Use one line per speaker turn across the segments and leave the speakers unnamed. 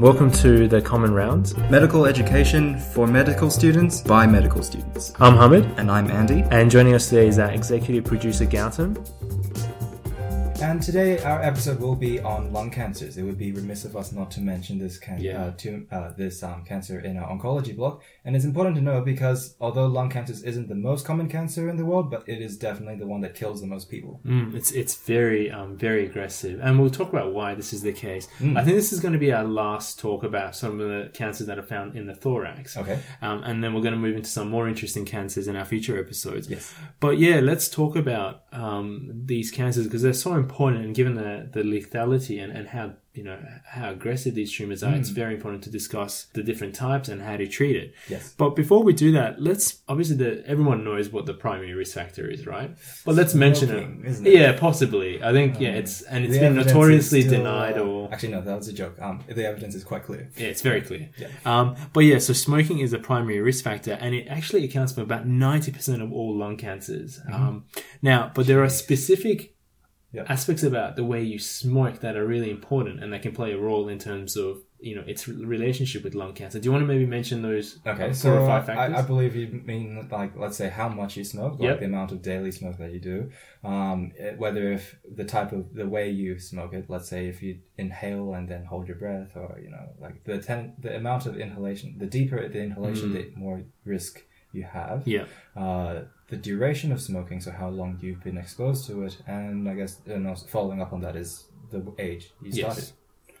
Welcome to the Common Round.
Medical education for medical students by medical students.
I'm Hamid,
And I'm Andy.
and joining us today is our executive producer Gautam.
And today our episode will be on lung cancers. It would be remiss of us not to mention this can-
Yeah.
uh, to, uh, this um, cancer in our oncology block. And it's important to know because although lung cancers isn't the most common cancer in the world, but it is definitely the one that kills the most people.
Mm, it's it's very um, very aggressive, and we'll talk about why this is the case. I think this is going to be our last talk about some of the cancers that are found in the thorax.
Okay.
um, and then we're going to move into some more interesting cancers in our future episodes.
Yes.
But yeah, let's talk about um, these cancers because they're so important, and given the the lethality and, and how you know how aggressive these tumors are,
Mm.
it's very important to discuss the different types and how to treat it.
Yes.
But before we do that, let's obviously the, everyone knows what the primary risk factor is, right? But let's mention
Smoking,
it.
isn't it? Um,
Yeah, possibly. I think yeah, it's and it's
The
been
evidence is
notoriously
still- uh,
denied or
Actually, no, that was a joke. Um, the evidence is quite clear.
yeah, it's very clear.
Yeah.
Um, but yeah, so smoking is a primary risk factor, and it actually accounts for about ninety percent of all lung cancers. Um, now, but there are specific
Mm-hmm. Yeah.
aspects about the way you smoke that are really important, and that can play a role in terms of you know its relationship with lung cancer. Do you want to maybe mention those uh,
Okay,
four
so
or five
I-
factors?
I, I believe you mean like let's say how much you smoke, like
Yep.
the amount of daily smoke that you do. Um, eh, whether if the type of the way you smoke it, let's say if you inhale and then hold your breath, or you know, like the ten, the amount of inhalation, the deeper the inhalation, the more risk you have.
Mm. yeah.
Uh, the duration of smoking, so how long you've been exposed to it, and I guess and also following up on that is the age you
Yes.
started.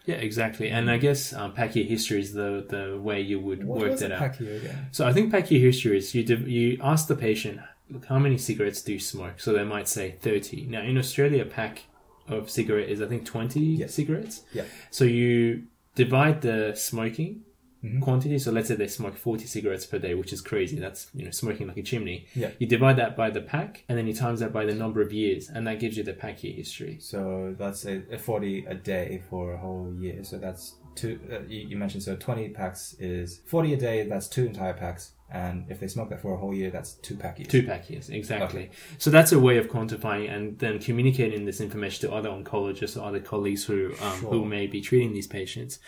Yeah, exactly. And I guess um, Pacquiao history is the the way you would
What
work
was
that
it
out.
back here again?
So I think Pacquiao history is you div- you ask the patient "Look, how many cigarettes do you smoke, so they might say thirty. Now in Australia, a pack of cigarette is I think twenty
Yes.
cigarettes.
Yeah.
So you divide the smoking
Mm-hmm.
quantity. So let's say they smoke forty cigarettes per day, which is crazy. That's you know smoking like a chimney.
Yeah.
You divide that by the pack, and then you times that by the number of years, and that gives you the Pacquiao history.
So that's a, a forty a day for a whole year. So that's two. Uh, you, you mentioned so twenty packs is forty a day. That's two entire packs, and if they smoke that for a whole year, that's two pack years.
Two pack years, exactly. So that's a way of quantifying and then communicating this information to other oncologists or other colleagues who um, who
Sure.
may be treating these patients.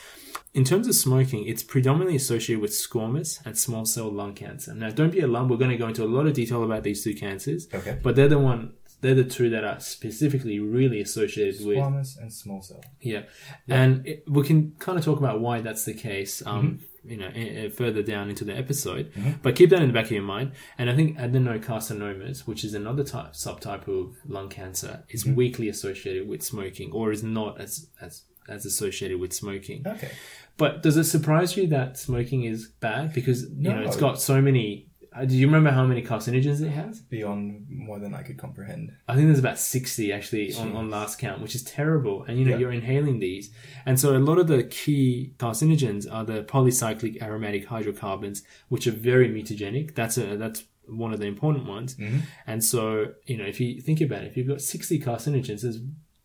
In terms of smoking, it's predominantly associated with squamous and small cell lung cancer. Now, don't be alarmed. We're going to go into a lot of detail about these two cancers,
Okay.
but they're the one. They're the two that are specifically really associated with
Squamous and small cell.
yeah, and it, we can kind of talk about why that's the case. Um, You know, i- i- further down into the episode, but keep that in the back of your mind. And I think adenocarcinomas, which is another type subtype of lung cancer, is weakly associated with smoking, or is not as as as associated with smoking.
Okay.
But does it surprise you that smoking is bad because you know it's
No.
got so many? uh, Do you remember how many carcinogens it has?
Beyond more than I could comprehend.
I think there's about 60 actually on, on last count, which is terrible. And you know,
Yeah.
you're inhaling these. And so a lot of the key carcinogens are the polycyclic aromatic hydrocarbons, which are very mutagenic. That's a, that's one of the important ones. And so, you know, if you think about it, if you've got 60 carcinogens, there's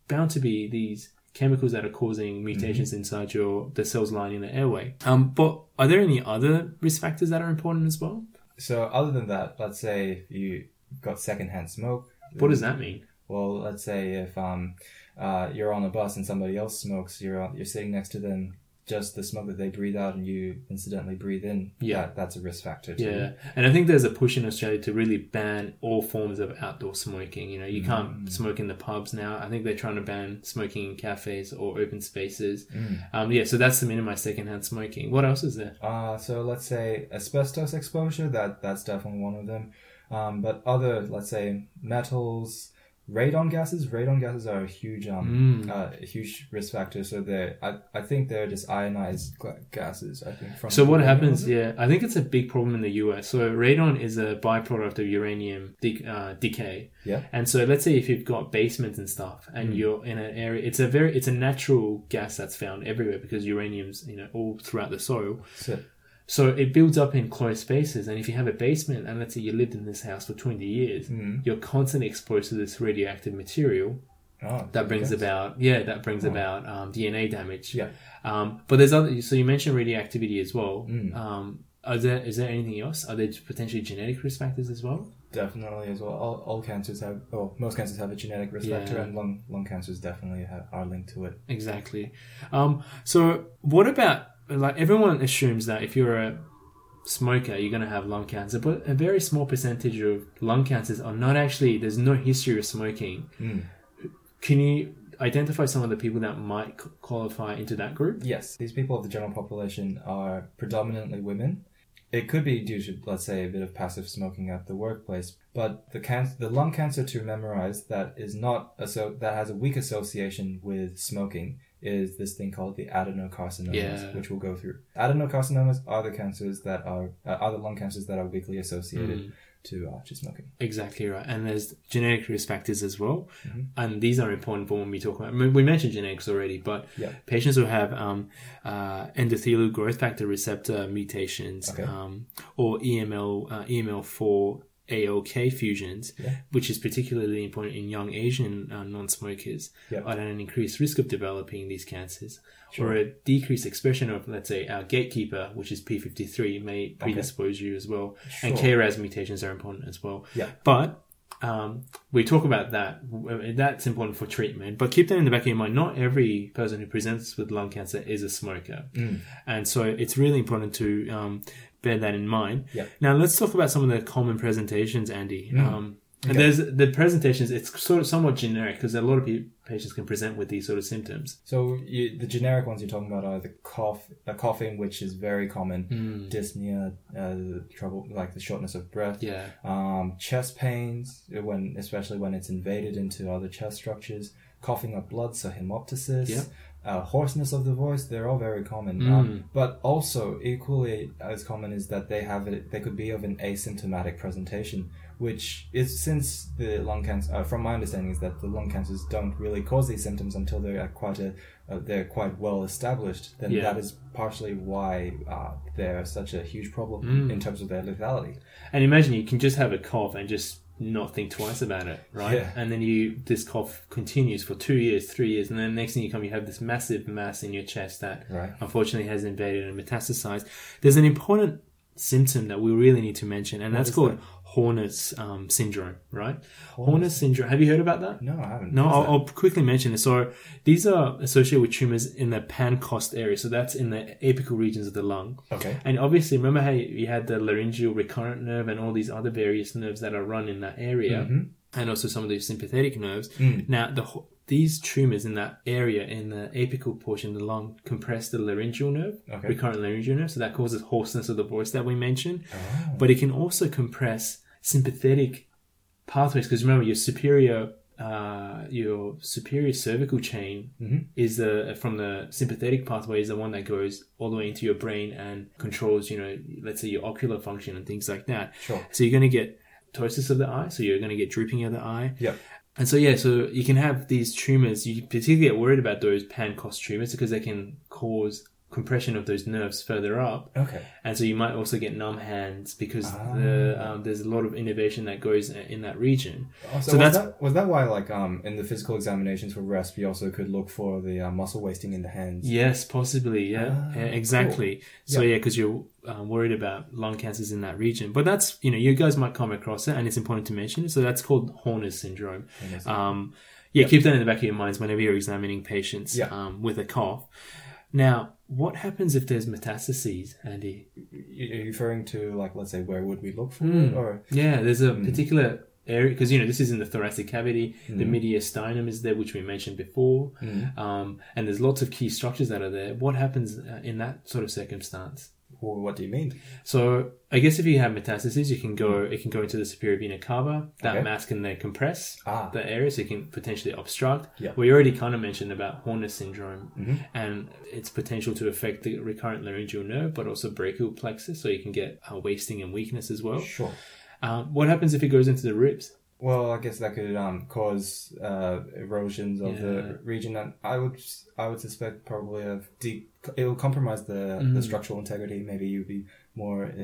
bound to be these chemicals that are causing mutations inside your, the cells lining the airway. Um, but are there any other risk factors that are important as well?
So other than that, let's say you got secondhand smoke.
What does that mean?
Well, let's say if um, uh, you're on a bus and somebody else smokes, you're on, you're sitting next to them. Just the smoke that they breathe out and you incidentally breathe in.
Yeah.
that- that's a risk factor. Too.
Yeah, and I think there's a push in Australia to really ban all forms of outdoor smoking. You know, you can't smoke in the pubs now. I think they're trying to ban smoking in cafes or open spaces. Um, yeah, so that's to minimize secondhand smoking. What else is there?
Uh, so let's say asbestos exposure. That that's definitely one of them. Um, but other, let's say metals, radon gases. Radon gases are a huge um
Mm.
uh, a huge risk factor. So they I I think they're just ionized gla- gases. I think from
So what
uranium,
happens?
was it?
Yeah, I think it's a big problem in the US. So radon is a byproduct of uranium de- uh, decay.
Yeah.
And so let's say if you've got basements and stuff, and you're in an area, it's a very, it's a natural gas that's found everywhere because uranium's you know all throughout the soil.
So,
So it builds up in closed spaces, and if you have a basement, and let's say you lived in this house for twenty years,
Mm-hmm.
you're constantly exposed to this radioactive material.
oh,
That brings
okay.
about yeah, that brings about um, DNA damage.
Yeah.
Um, but there's other. So you mentioned
Mm.
radioactivity as well. Um, are there is there anything else? Are there potentially genetic risk factors as well?
Definitely as well. All, all cancers have, oh, most cancers have a genetic risk
Yeah.
factor, and lung lung cancers definitely have, are linked to it.
Exactly. Um, so, what about like everyone assumes that if you're a smoker, you're going to have lung cancer, but a very small percentage of lung cancers are not actually. There's no history of smoking.
Mm.
Can you identify some of the people that might c- qualify into that group?
Yes, these people of the general population are predominantly women. It could be due to, let's say, a bit of passive smoking at the workplace, but the can- the lung cancer to memorize that is not asso- that has a weak association with smoking is this thing called the adenocarcinomas,
Yeah.
which we'll go through. Adenocarcinomas are the cancers that are uh, are the lung cancers that are weakly associated
Mm.
to uh, to smoking.
Exactly right. And there's genetic risk factors as well.
Mhm.
And these are important for when we talk about, I mean, we mentioned genetics already, but
Yeah.
patients who have um, uh, endothelial growth factor receptor mutations
Okay.
um, or EML, uh, EML4 ALK fusions,
Yeah.
which is particularly important in young Asian uh, non smokers,
Yeah.
are at an increased risk of developing these cancers.
Sure.
Or a decreased expression of, let's say, our gatekeeper, which is P53, may predispose you as well. And
Sure.
KRAS mutations are important as well.
Yeah.
But um, we talk about that. W- That's important for treatment. But keep that in the back of your mind. Not every person who presents with lung cancer is a smoker.
Mm.
And so it's really important to um, bear that in mind.
Yeah. Mm.
Now, let's talk about some of the common presentations, Andy. Um, and
Okay.
there's the presentations, it's sort of somewhat generic because a lot of pe- patients can present with these sort of symptoms.
So you, the generic ones you're talking about are the cough, the coughing, which is very common, dyspnea, uh, trouble like the shortness of breath,
Yeah.
um, chest pains uh, when, especially when it's invaded into other chest structures, coughing up blood, so hemoptysis,
Yeah.
uh, hoarseness of the voice. They're all very common,
Mm.
um, but also equally as common is that they have it. They could be of an asymptomatic presentation, which is since the lung cancer. Uh, from my understanding, is that the lung cancers don't really cause these symptoms until they're at quite a uh, they're quite well established. Then
Yeah.
that is partially why uh, they're such a huge problem
Mm.
in terms of their lethality.
And imagine you can just have a cough and just not think twice about it, right?
Yeah.
And then you this cough continues for two years, three years, and then next thing you come, you have this massive mass in your chest that
Right.
unfortunately has invaded and metastasized. There's an important symptom that we really need to mention, and that's
is
called Hornet's um, syndrome, right? Hornet's syndrome. Have you heard about that?
No, I haven't.
No,
What is
I'll,
that?
I'll quickly mention it. So these are associated with tumors in the pancost area. So that's in the apical regions of the lung.
Okay.
And obviously, remember how you had the laryngeal recurrent nerve and all these other various nerves that are run in that area, and also some of these sympathetic nerves. Now, the wh- these tumors in that area, in the apical portion of the lung, compress the laryngeal nerve,
Okay.
recurrent laryngeal nerve, so that causes hoarseness of the voice that we mentioned.
Ah.
But it can also compress sympathetic pathways because remember your superior uh, your superior cervical chain is the from the sympathetic pathway is the one that goes all the way into your brain and controls you know let's say your ocular function and things like that
Sure.
so you're going to get ptosis of the eye so you're going to get drooping of the eye
Yep.
and so yeah so you can have these tumors you particularly get worried about those pancost tumors because they can cause compression of those nerves further up
Okay.
and so you might also get numb hands because
Ah.
the, um, there's a lot of innovation that goes i- in that region.
Oh, so
So
was
that's-
that was that why like um in the physical examinations for RESP you also could look for the uh, muscle wasting in the hands.
Yes, possibly. Yeah,
Ah,
yeah exactly. So yeah, because you're um, worried about lung cancers in that region, but that's you know you guys might come across it, and it's important to mention. So that's called Horner's syndrome. Um, yeah, keep that in the back of your minds whenever you're examining patients
Yeah.
um, with a cough. Now, what happens if there's metastases, Andy?
You- You're referring to like let's say where would we look for
Mm.
it or
Yeah, there's a
Hmm.
particular area because you know this is in the thoracic cavity.
Hmm.
The mediastinum is there, which we mentioned before, um, and there's lots of key structures that are there. What happens uh, in that sort of circumstance?
or what do you mean?
So I guess if you have metastases, you can go. It can go into the superior vena cava. That
Hmm. Okay.
mass can then compress
Ah.
the area, so it can potentially obstruct.
Yeah. Mm-hmm.
We already kind of mentioned about Horner syndrome and its potential to affect the recurrent laryngeal nerve, but also brachial plexus, so you can get uh, wasting and weakness as well.
Sure.
Um, what happens if it goes into the ribs?
Well, I guess that could um, cause uh, erosions of
Yeah.
the region, and I would I would suspect probably of de- it'll compromise the, the structural integrity. Maybe you'd be more uh,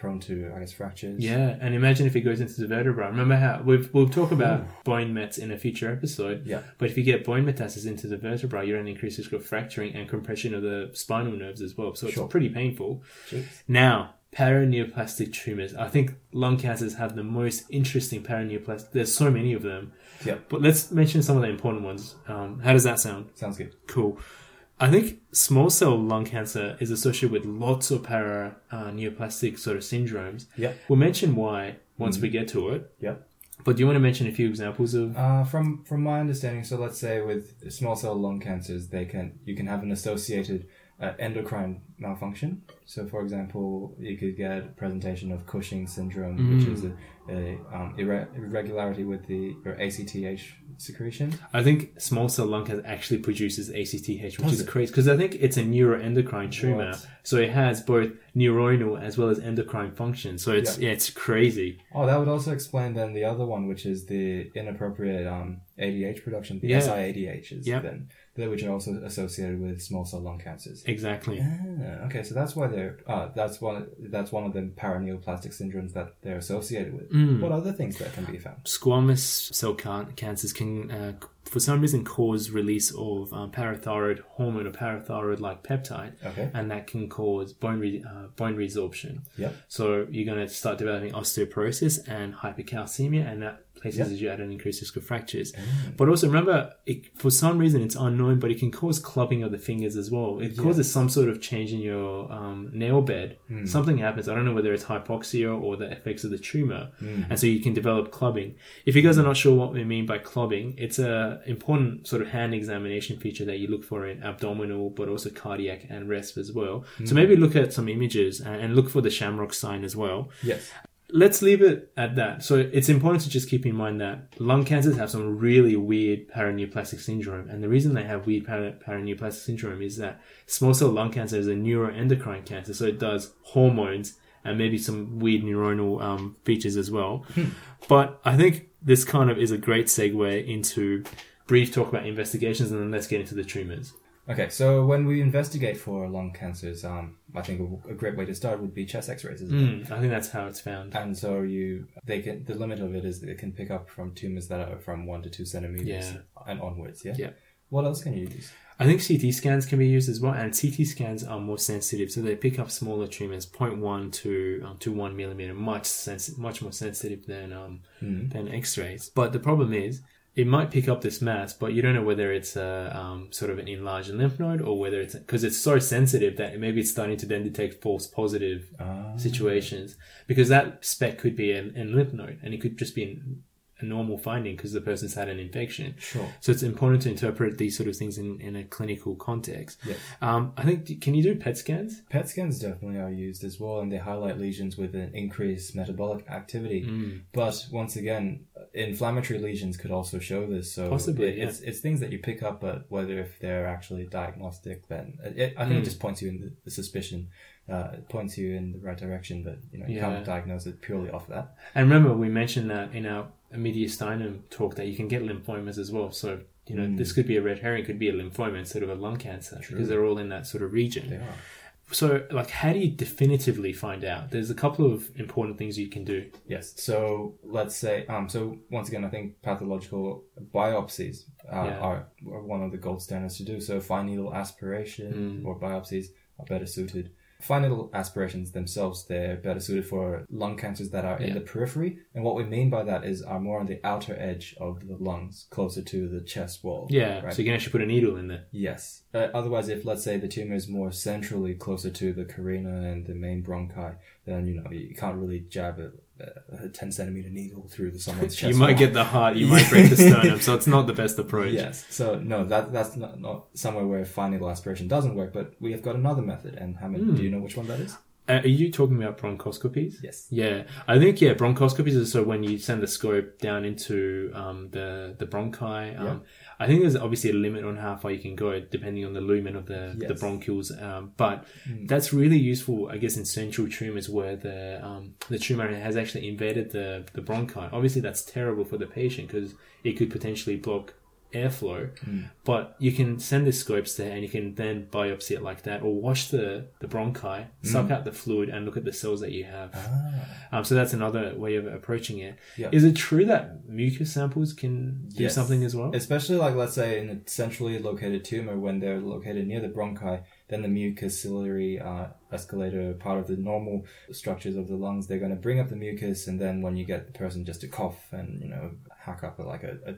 prone to I guess fractures.
Yeah, and imagine if it goes into the vertebra. Remember how we've we'll talk about bone mets in a future episode.
Yeah.
But if you get bone metastasis into the vertebra, you're at an increased risk of fracturing and compression of the spinal nerves as well. So it's
Sure.
pretty painful.
Jeez.
Now, paraneoplastic tumors. I think lung cancers have the most interesting paraneoplastic. There's so many of them.
Yeah.
But let's mention some of the important ones. Um, how does that sound?
Sounds good.
Cool. I think small cell lung cancer is associated with lots of para uh, neoplastic sort of syndromes.
Yeah. Mm-hmm.
We'll mention why once we get to it.
Yeah.
But do you want to mention a few examples of?
Uh, from from my understanding, so let's say with small cell lung cancers, they can you can have an associated uh, endocrine malfunction. So, for example, you could get presentation of Cushing syndrome, which is
Mm.
a, a um, irre- irregularity with the your ACTH secretion.
I think small cell lung cancer actually produces ACTH, which is
Does it?
crazy because I think it's a neuroendocrine tumor,
What?
so it has both neuronal as well as endocrine function. So it's yeah, it's crazy.
Oh, that would also explain then the other one, which is the inappropriate um, ADH production, the
Yeah.
SIADHs,
Yep.
then that which are also associated with small cell lung cancers.
Exactly.
Ah, okay, so that's why they're uh, that's one that's one of the paraneoplastic syndromes that they're associated with. What other things that can be found?
squamous cell can- cancers can, uh, for some reason, cause release of um, parathyroid hormone or parathyroid-like peptide,
Okay.
and that can cause bone re- uh, bone resorption.
Yep.
So you're going to start developing osteoporosis and hypercalcemia, and that places
Yep.
you at an increased risk of fractures. But also remember, it, for some reason, it's unknown, but it can cause clubbing of the fingers as well. It causes some sort of change in your um, nail bed. Something happens. I don't know whether it's hypoxia or the effects of the tumor, and so you can develop clubbing. If you guys are not sure what we mean by clubbing, it's a important sort of hand examination feature that you look for in abdominal, but also cardiac and resp as well. So maybe look at some images and and look for the shamrock sign as well
Yes.
let's leave it at that. So it's important to just keep in mind that lung cancers have some really weird paraneoplastic syndrome, and the reason they have weird para- paraneoplastic syndrome is that small cell lung cancer is a neuroendocrine cancer, so it does hormones and maybe some weird neuronal um, features as well. But I think this kind of is a great segue into brief talk about investigations, and then let's get into the tumors.
Okay, so when we investigate for lung cancers, um, I think a, a great way to start would be chest X-rays. Isn't it?
I think that's how it's found.
And so you, they can. The limit of it is that it can pick up from tumors that are from one to two centimeters
Yeah.
and onwards. Yeah.
Yeah.
What else can you use?
I think CT scans can be used as well, and CT scans are more sensitive, so they pick up smaller tumors, 0.1 to um, to one millimeter, much sens- much more sensitive than um, than X-rays. But the problem is, it might pick up this mass, but you don't know whether it's a um, sort of an enlarged lymph node or whether it's because it's so sensitive that maybe it's starting to then detect false positive
Ah.
situations because that spec could be an, an lymph node, and it could just be an, a normal finding because the person's had an infection.
Sure.
So it's important to interpret these sort of things in, in a clinical context.
Yes.
Um, I think, can you do PET scans?
PET scans definitely are used as well, and they highlight lesions with an increased metabolic activity.
Mm.
But once again, inflammatory lesions could also show this. So
Possibly,
it- it's it's things that you pick up, but whether if they're actually diagnostic, then it, it- I think
Mm.
it just points you in the, the suspicion, uh, it points you in the right direction. But you know, you
Yeah.
can't diagnose it purely off that.
And remember, we mentioned that in our mediastinum talk that you can get lymphomas as well. So, you know,
Mm.
this could be a red herring, could be a lymphoma instead of a lung cancer because they're all in that sort of region.
They are.
So, like, how do you definitively find out? There's a couple of important things you can do.
Yes. So let's say, um, so once again, I think pathological biopsies uh,
Yeah.
are, are one of the gold standards to do. So fine needle aspiration
Mm.
or biopsies are better suited. Fine needle aspirations themselves, they're better suited for lung cancers that are in the periphery. And what we mean by that is are more on the outer edge of the lungs, closer to the chest wall.
Yeah.
Right.
So you can actually put a needle in there.
Yes. Uh, otherwise, if let's say the tumor is more centrally closer to the carina and the main bronchi, then you know you can't really jab a, a, a ten centimeter needle through the someone's chest.
you might
wall.
get the heart, you might break the sternum. So it's not the best approach.
Yes. So no, that that's not, not somewhere where fine needle aspiration doesn't work. But we have got another method. And Hammond,
Hmm.
do you know which one that is?
Uh, are you talking about bronchoscopies?
Yes.
Yeah, I think yeah, bronchoscopies are so when you send the scope down into um, the the bronchi. Um,
Yeah.
I think there's obviously a limit on how far you can go depending on the lumen of the, the
Yes. Hmm.
bronchioles, um, but that's really useful, I guess, in central tumors where the um, the tumor has actually invaded the the bronchi. Obviously, that's terrible for the patient because it could potentially block airflow
Hmm.
but you can send the scopes there and you can then biopsy it like that or wash the, the bronchi
Hmm.
suck out the fluid and look at the cells that you have
Ah.
um, so that's another way of approaching it. Is
Yeah.
it true that mucus samples can do
Yes.
something as well?
Especially like let's say in a centrally located tumor when they're located near the bronchi, then the mucociliary uh, escalator, part of the normal structures of the lungs, they're going to bring up the mucus, and then when you get the person just to cough and you know hack up like a, a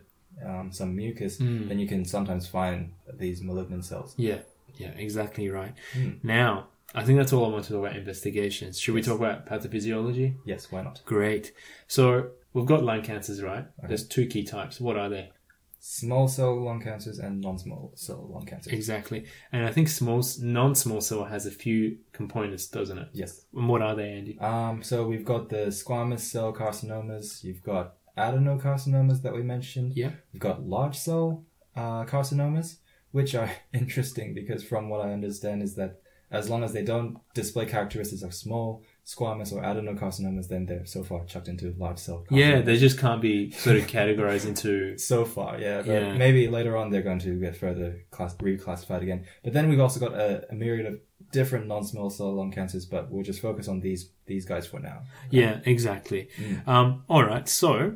um, some mucus,
Mm.
then you can sometimes find these malignant cells.
Yeah, yeah, exactly right.
Mm.
Now, I think that's all I want to talk about investigations. Should
Yes.
we talk about pathophysiology?
Yes, why not?
Great. So we've got lung cancers, right?
Okay.
There's two key types. What are they?
Small cell lung cancers and non-small cell lung cancers.
Exactly. And I think small, non-small cell has a few components, doesn't it?
Yes.
And what are they, Andy?
Um, so we've got the squamous cell carcinomas. You've got adenocarcinomas that we mentioned.
Yeah.
We've got large cell uh, carcinomas, which are interesting because from what I understand is that as long as they don't display characteristics of small squamous or adenocarcinomas, then they're so far chucked into large cell. Carcinomas.
Yeah, they just can't be sort of categorized into.
so far, yeah. But
Yeah.
maybe later on they're going to get further class- reclassified again. But then we've also got a, a myriad of different non-small cell lung cancers, but we'll just focus on these these guys for now.
Yeah, exactly.
Mm.
Um, all right. So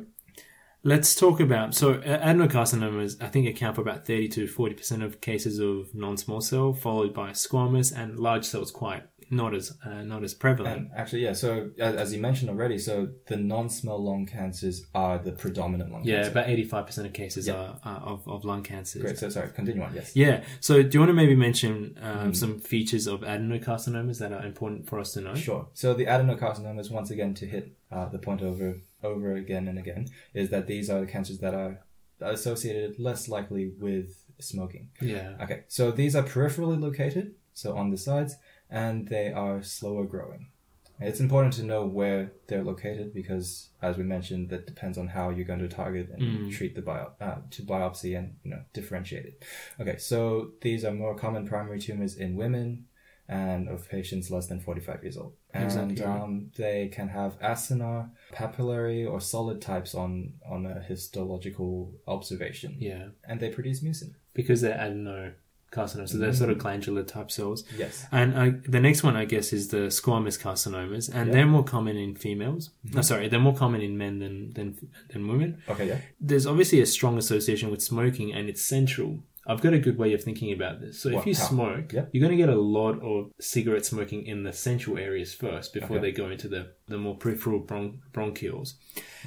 let's talk about. So a- adenocarcinomas, I think, account for about 30 to 40% of cases of non small cell, followed by squamous and large cells, quite not as, uh, not as prevalent.
And actually, yeah. So as, as you mentioned already, so the non-small lung cancers are the predominant lung
Yeah,
cancer.
about eighty-five percent of cases
Yeah.
are, are of, of lung cancers.
Great. So sorry, continue on. Yes.
Yeah. So, do you want to maybe mention
Hmm.
um, some features of adenocarcinomas that are important for us to know?
Sure. So the adenocarcinomas, once again, to hit uh, the point over over again and again, is that these are the cancers that are associated less likely with smoking.
Yeah.
Okay. So these are peripherally located, so on the sides, and they are slower growing. It's important to know where they're located because, as we mentioned, that depends on how you're going to target and
Mm.
treat the bio- uh, to biopsy and you know differentiate it. Okay, so these are more common primary tumors in women and of patients less than 45 years old, and
Exactly.
um, they can have acinar, papillary, or solid types on on a histological observation,
Yeah.
and they produce mucin.
Because they're adenocarcinomas, so
Hmm.
they're sort of glandular type cells.
Yes.
And I, the next one, I guess, is the squamous carcinomas, and
Yeah. Mm-hmm.
they're more common in females. No, sorry, they're more common in men than than than women.
Okay. Yeah.
There's obviously a strong association with smoking, and it's central. I've got a good way of thinking about this. So if
What?
you
How?
smoke,
Yep.
you're going to get a lot of cigarette smoking in the central areas first before
Okay.
they go into the, the more peripheral bron- bronchioles.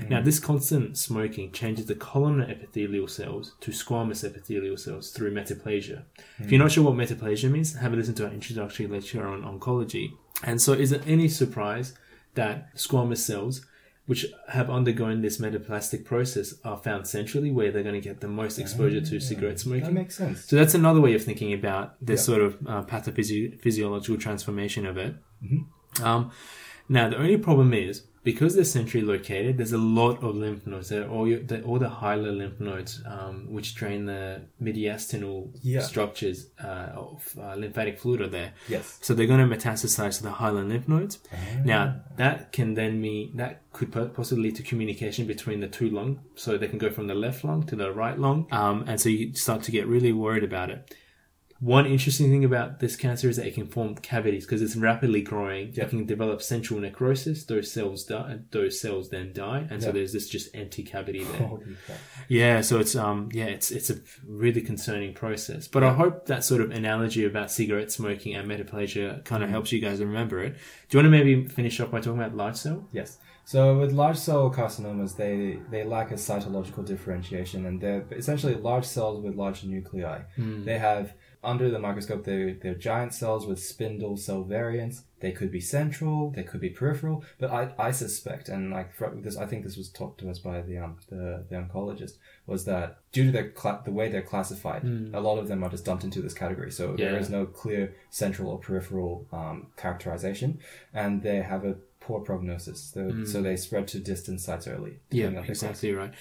Now, this constant smoking changes the columnar epithelial cells to squamous epithelial cells through metaplasia. If you're not sure what metaplasia means, have a listen to our introductory lecture on oncology. And so, is it any surprise that squamous cells, which have undergone this metaplastic process, are found centrally where they're going to get the most exposure to cigarette
That
smoking?
makes sense.
So that's another way of thinking about this
Yeah.
sort of uh, pathophysiological transformation of it.
Mm-hmm.
Um, now, the only problem is because they're centrally located, there's a lot of lymph nodes. They're all, your, they're all the hilar lymph nodes, um, which drain the mediastinal
Yeah.
structures uh, of uh, lymphatic fluid are there.
Yes. Ah.
So they're going to metastasize to the hilar lymph nodes. Now that can then mean that could po- possibly lead to communication between the two lung, so they can go from the left lung to the right lung, um, and so you start to get really worried about it. One interesting thing about this cancer is that it can form cavities because it's rapidly growing.
Yeah.
It can develop central necrosis; those cells die, those cells then die, and so
Yeah. Oh,
there's this just empty cavity there.
Holy crap.
Yeah, so it's um yeah, it's it's a really concerning process. But I hope that sort of analogy about cigarette smoking and metaplasia kind of helps you guys remember it. Do you want to maybe finish off by talking about large cell?
Yes. So with large cell carcinomas, they, they lack a cytological differentiation, and they're essentially large cells with large nuclei. They have under the microscope, they're, they're giant cells with spindle cell variants. They could be central, they could be peripheral, but I, I suspect, and like fro- this, I think this was taught to us by the um, the, the oncologist, was that due to their cla- the way they're classified, a lot of them are just dumped into this category. So there
Yeah.
is no clear central or peripheral um, characterization, and they have a poor prognosis. So, so they spread to distant sites early.
Hmm. Yeah,
depending on their
exactly right.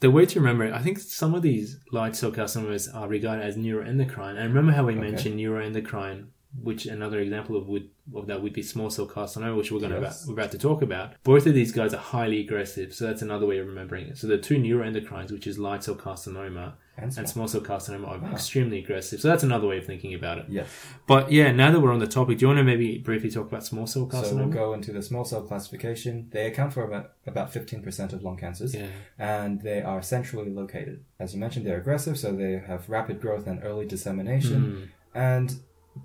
The way to remember it, I think some of these large cell carcinomas are regarded as neuroendocrine. And remember how we mentioned neuroendocrine, which another example of would of that would be small cell carcinoma, which we're going to
Yes.
about, we're about to talk about. Both of these guys are highly aggressive, so that's another way of remembering it. So the two neuroendocrines, which is large cell carcinoma
And
and small cell carcinoma, are extremely aggressive. So that's another way of thinking about it.
Yes.
But yeah, now that we're on the topic, do you want to maybe briefly talk about small cell
So we'll
carcinoma?
go into the small cell classification. They account for about, about 15% of lung cancers.
yeah.
and they are centrally
Hmm.
located. As you mentioned, they're aggressive, so they have rapid growth and early dissemination. And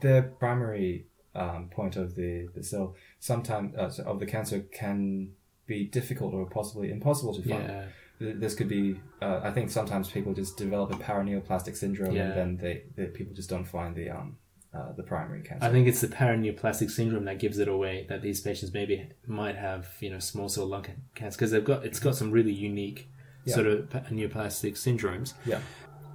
their primary um, point of the, the cell sometimes uh, of the cancer can be difficult or possibly impossible to find.
Yeah.
Th- This could be, uh, I think, sometimes people just develop a paraneoplastic syndrome,
Yeah.
and then they, they people just don't find the um uh, the primary cancer.
I think it's the paraneoplastic syndrome that gives it away that these patients maybe might have, you know, small cell lung ca- cancer because they've got it's got some really unique
Yeah.
sort of pa- neoplastic syndromes.
Yeah.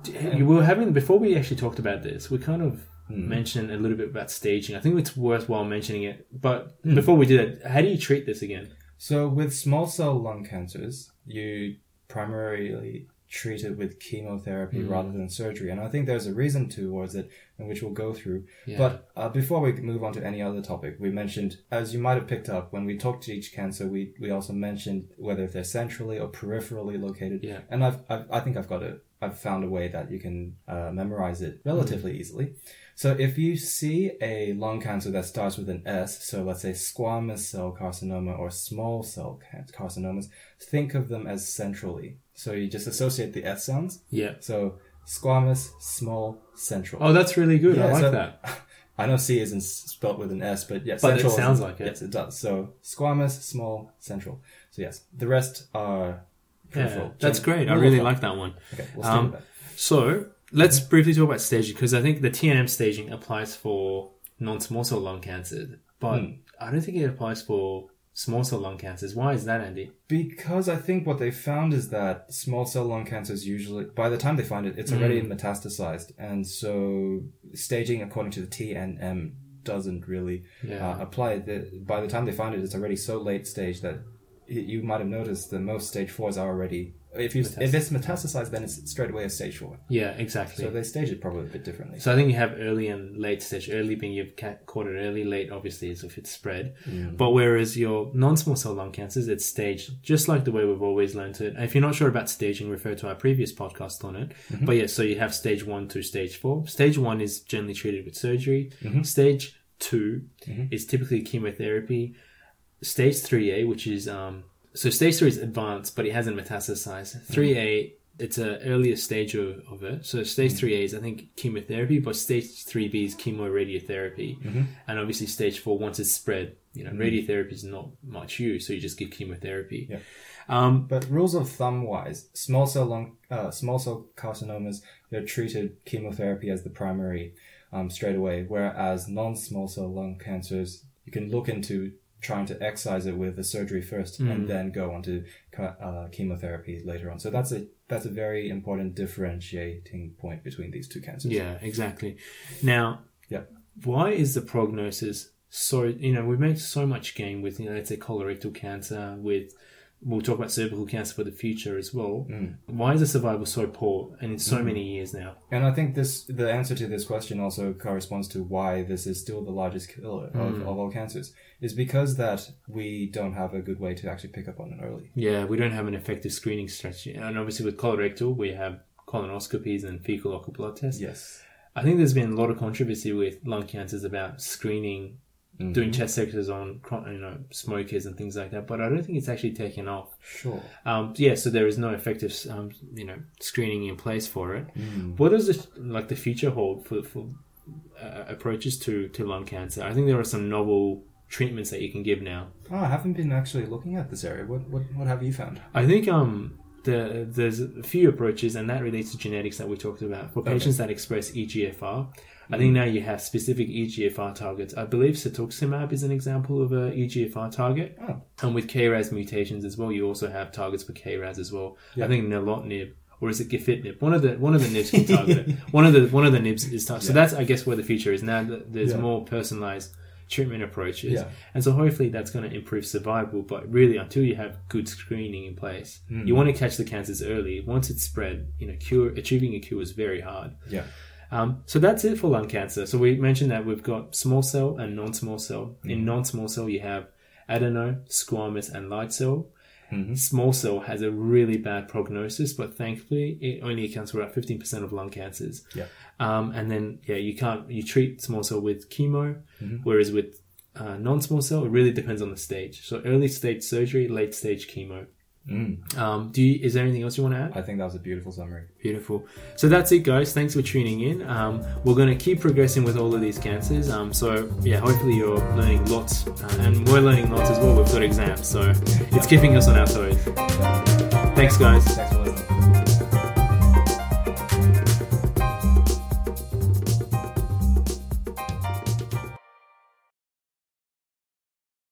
Hmm.
D- You were having before we actually talked about this, we kind of mentioned a little bit about staging. I think it's worthwhile mentioning it. But
Hmm.
before we do that, how do you treat this again?
So with small cell lung cancers, you primarily treat it with chemotherapy
Mm.
rather than surgery, and I think there's a reason towards it, and which we'll go through.
Yeah.
But uh, before we move on to any other topic, we mentioned, as you might have picked up, when we talked to each cancer, we we also mentioned whether if they're centrally or peripherally located.
Yeah.
And I've, I've I think I've got it. I've found a way that you can uh, memorize it relatively easily. So if you see a lung cancer that starts with an S, so let's say squamous cell carcinoma or small cell can- carcinomas, think of them as centrally. So you just associate the S sounds.
Yeah.
So squamous, small, central.
Oh, that's really good. I
Yeah,
like
so-
that.
I know C isn't spelt with an S, but yes,
But it
central is-
sounds like it.
Yes, it does. So squamous, small, central. So yes, the rest are peripheral.
Yeah, that's
Gen-
great. I
rule of
really
thumb.
like that one.
Okay, we'll stick
Um,
with that.
So let's briefly talk about staging because I think the TNM staging applies for non-small cell lung cancer, but
Hmm.
I don't think it applies for small cell lung cancers. Why is that, Andy?
Because I think what they found is that small cell lung cancer is usually, by the time they find it, it's already metastasized. And so staging according to the TNM doesn't really
Yeah.
uh, apply. The, by the time they find it, it's already so late stage that y- you might have noticed that most stage fours are already. If, you, if it's metastasized, then it's straight away a stage four.
Yeah, exactly.
So
So,
they stage it probably a bit differently.
I think you have early and late stage. Early being you've ca- caught it early, late obviously is if it's spread. But whereas your non-small cell lung cancers, it's staged just like the way we've always learned it. And if you're not sure about staging, refer to our previous podcast on it. But yeah, so you have stage one to stage four. Stage one is generally treated with surgery. Stage 2 is typically chemotherapy. Stage 3A, which is um, so stage 3 is advanced, but it hasn't metastasized. 3A, it's an earlier stage of, of it. So stage 3A is, I think, chemotherapy, but stage 3B is chemoradiotherapy. And obviously, stage 4, once it's spread, you know, radiotherapy is not much used, so you just give chemotherapy.
Yeah.
Um,
But rules of thumb wise, small cell lung, uh, small cell carcinomas, they're treated chemotherapy as the primary um, straight away, whereas non small cell lung cancers, you can look into trying to excise it with the surgery first and then go on to ca- uh, chemotherapy later on. So that's a that's a very important differentiating point between these two cancers.
Yeah, exactly. Now,
Yeah.
why is the prognosis so? You know, we've made so much gain with, you know, let's say colorectal cancer. With we'll talk about cervical cancer for the future as well. Why is the survival so poor and in so many years now?
And I think this the answer to this question also corresponds to why this is still the largest killer of,
Hmm.
of all cancers is because that we don't have a good way to actually pick up on it early.
Yeah, we don't have an effective screening strategy, and obviously with colorectal, we have colonoscopies and fecal occult blood tests.
Yes.
I think there's been a lot of controversy with lung cancers about screening, doing chest X-rays on, chron- you know, smokers and things like that. But I don't think it's actually taken off.
Sure.
um, yeah, so there is no effective, um, you know, screening in place for it. What does the, like the future hold for, for uh, approaches to, to lung cancer? I think there are some novel treatments that you can give now.
Oh, I haven't been actually looking at this area. What what, what have you found?
I think um, the, there's a few approaches, and that relates to genetics that we talked about for patients that express E EGFR. I think now you have specific E EGFR targets. I believe cetuximab is an example of a E EGFR target.
Oh.
And with KRAS mutations as well, you also have targets for KRAS as well. I think nilotinib or is it gefitinib? One of the one of the nibs can target it. One of the one of the nibs is targeted. So that's I guess where the future is now. that There's
Yeah.
more personalized treatment approaches,
Yeah.
and so hopefully that's going to improve survival. But really, until you have good screening in place,
Mm.
you want to catch the cancers early. Once it's spread, you know, cure achieving a cure is very hard.
Yeah.
Um, so that's it for lung cancer. So we mentioned that we've got small cell and non-small cell. In non-small cell, you have adeno, squamous, and light cell. Small cell has a really bad prognosis, but thankfully, it only accounts for about fifteen percent of lung cancers.
Yeah.
Um, and then yeah, you can't you treat small cell with chemo, whereas with uh, non-small cell, it really depends on the stage. So early stage surgery, late stage chemo.
Mm,
Um, do you, is there anything else you want to add?
I think that was a beautiful summary.
Beautiful. So that's it, guys. Thanks for tuning in. Um, we're going to keep progressing with all of these cancers. Um, so, yeah, hopefully you're learning lots, uh, and we're learning lots as well. We've got exams, so it's keeping us on our toes. Thanks, guys.
Thanks for listening.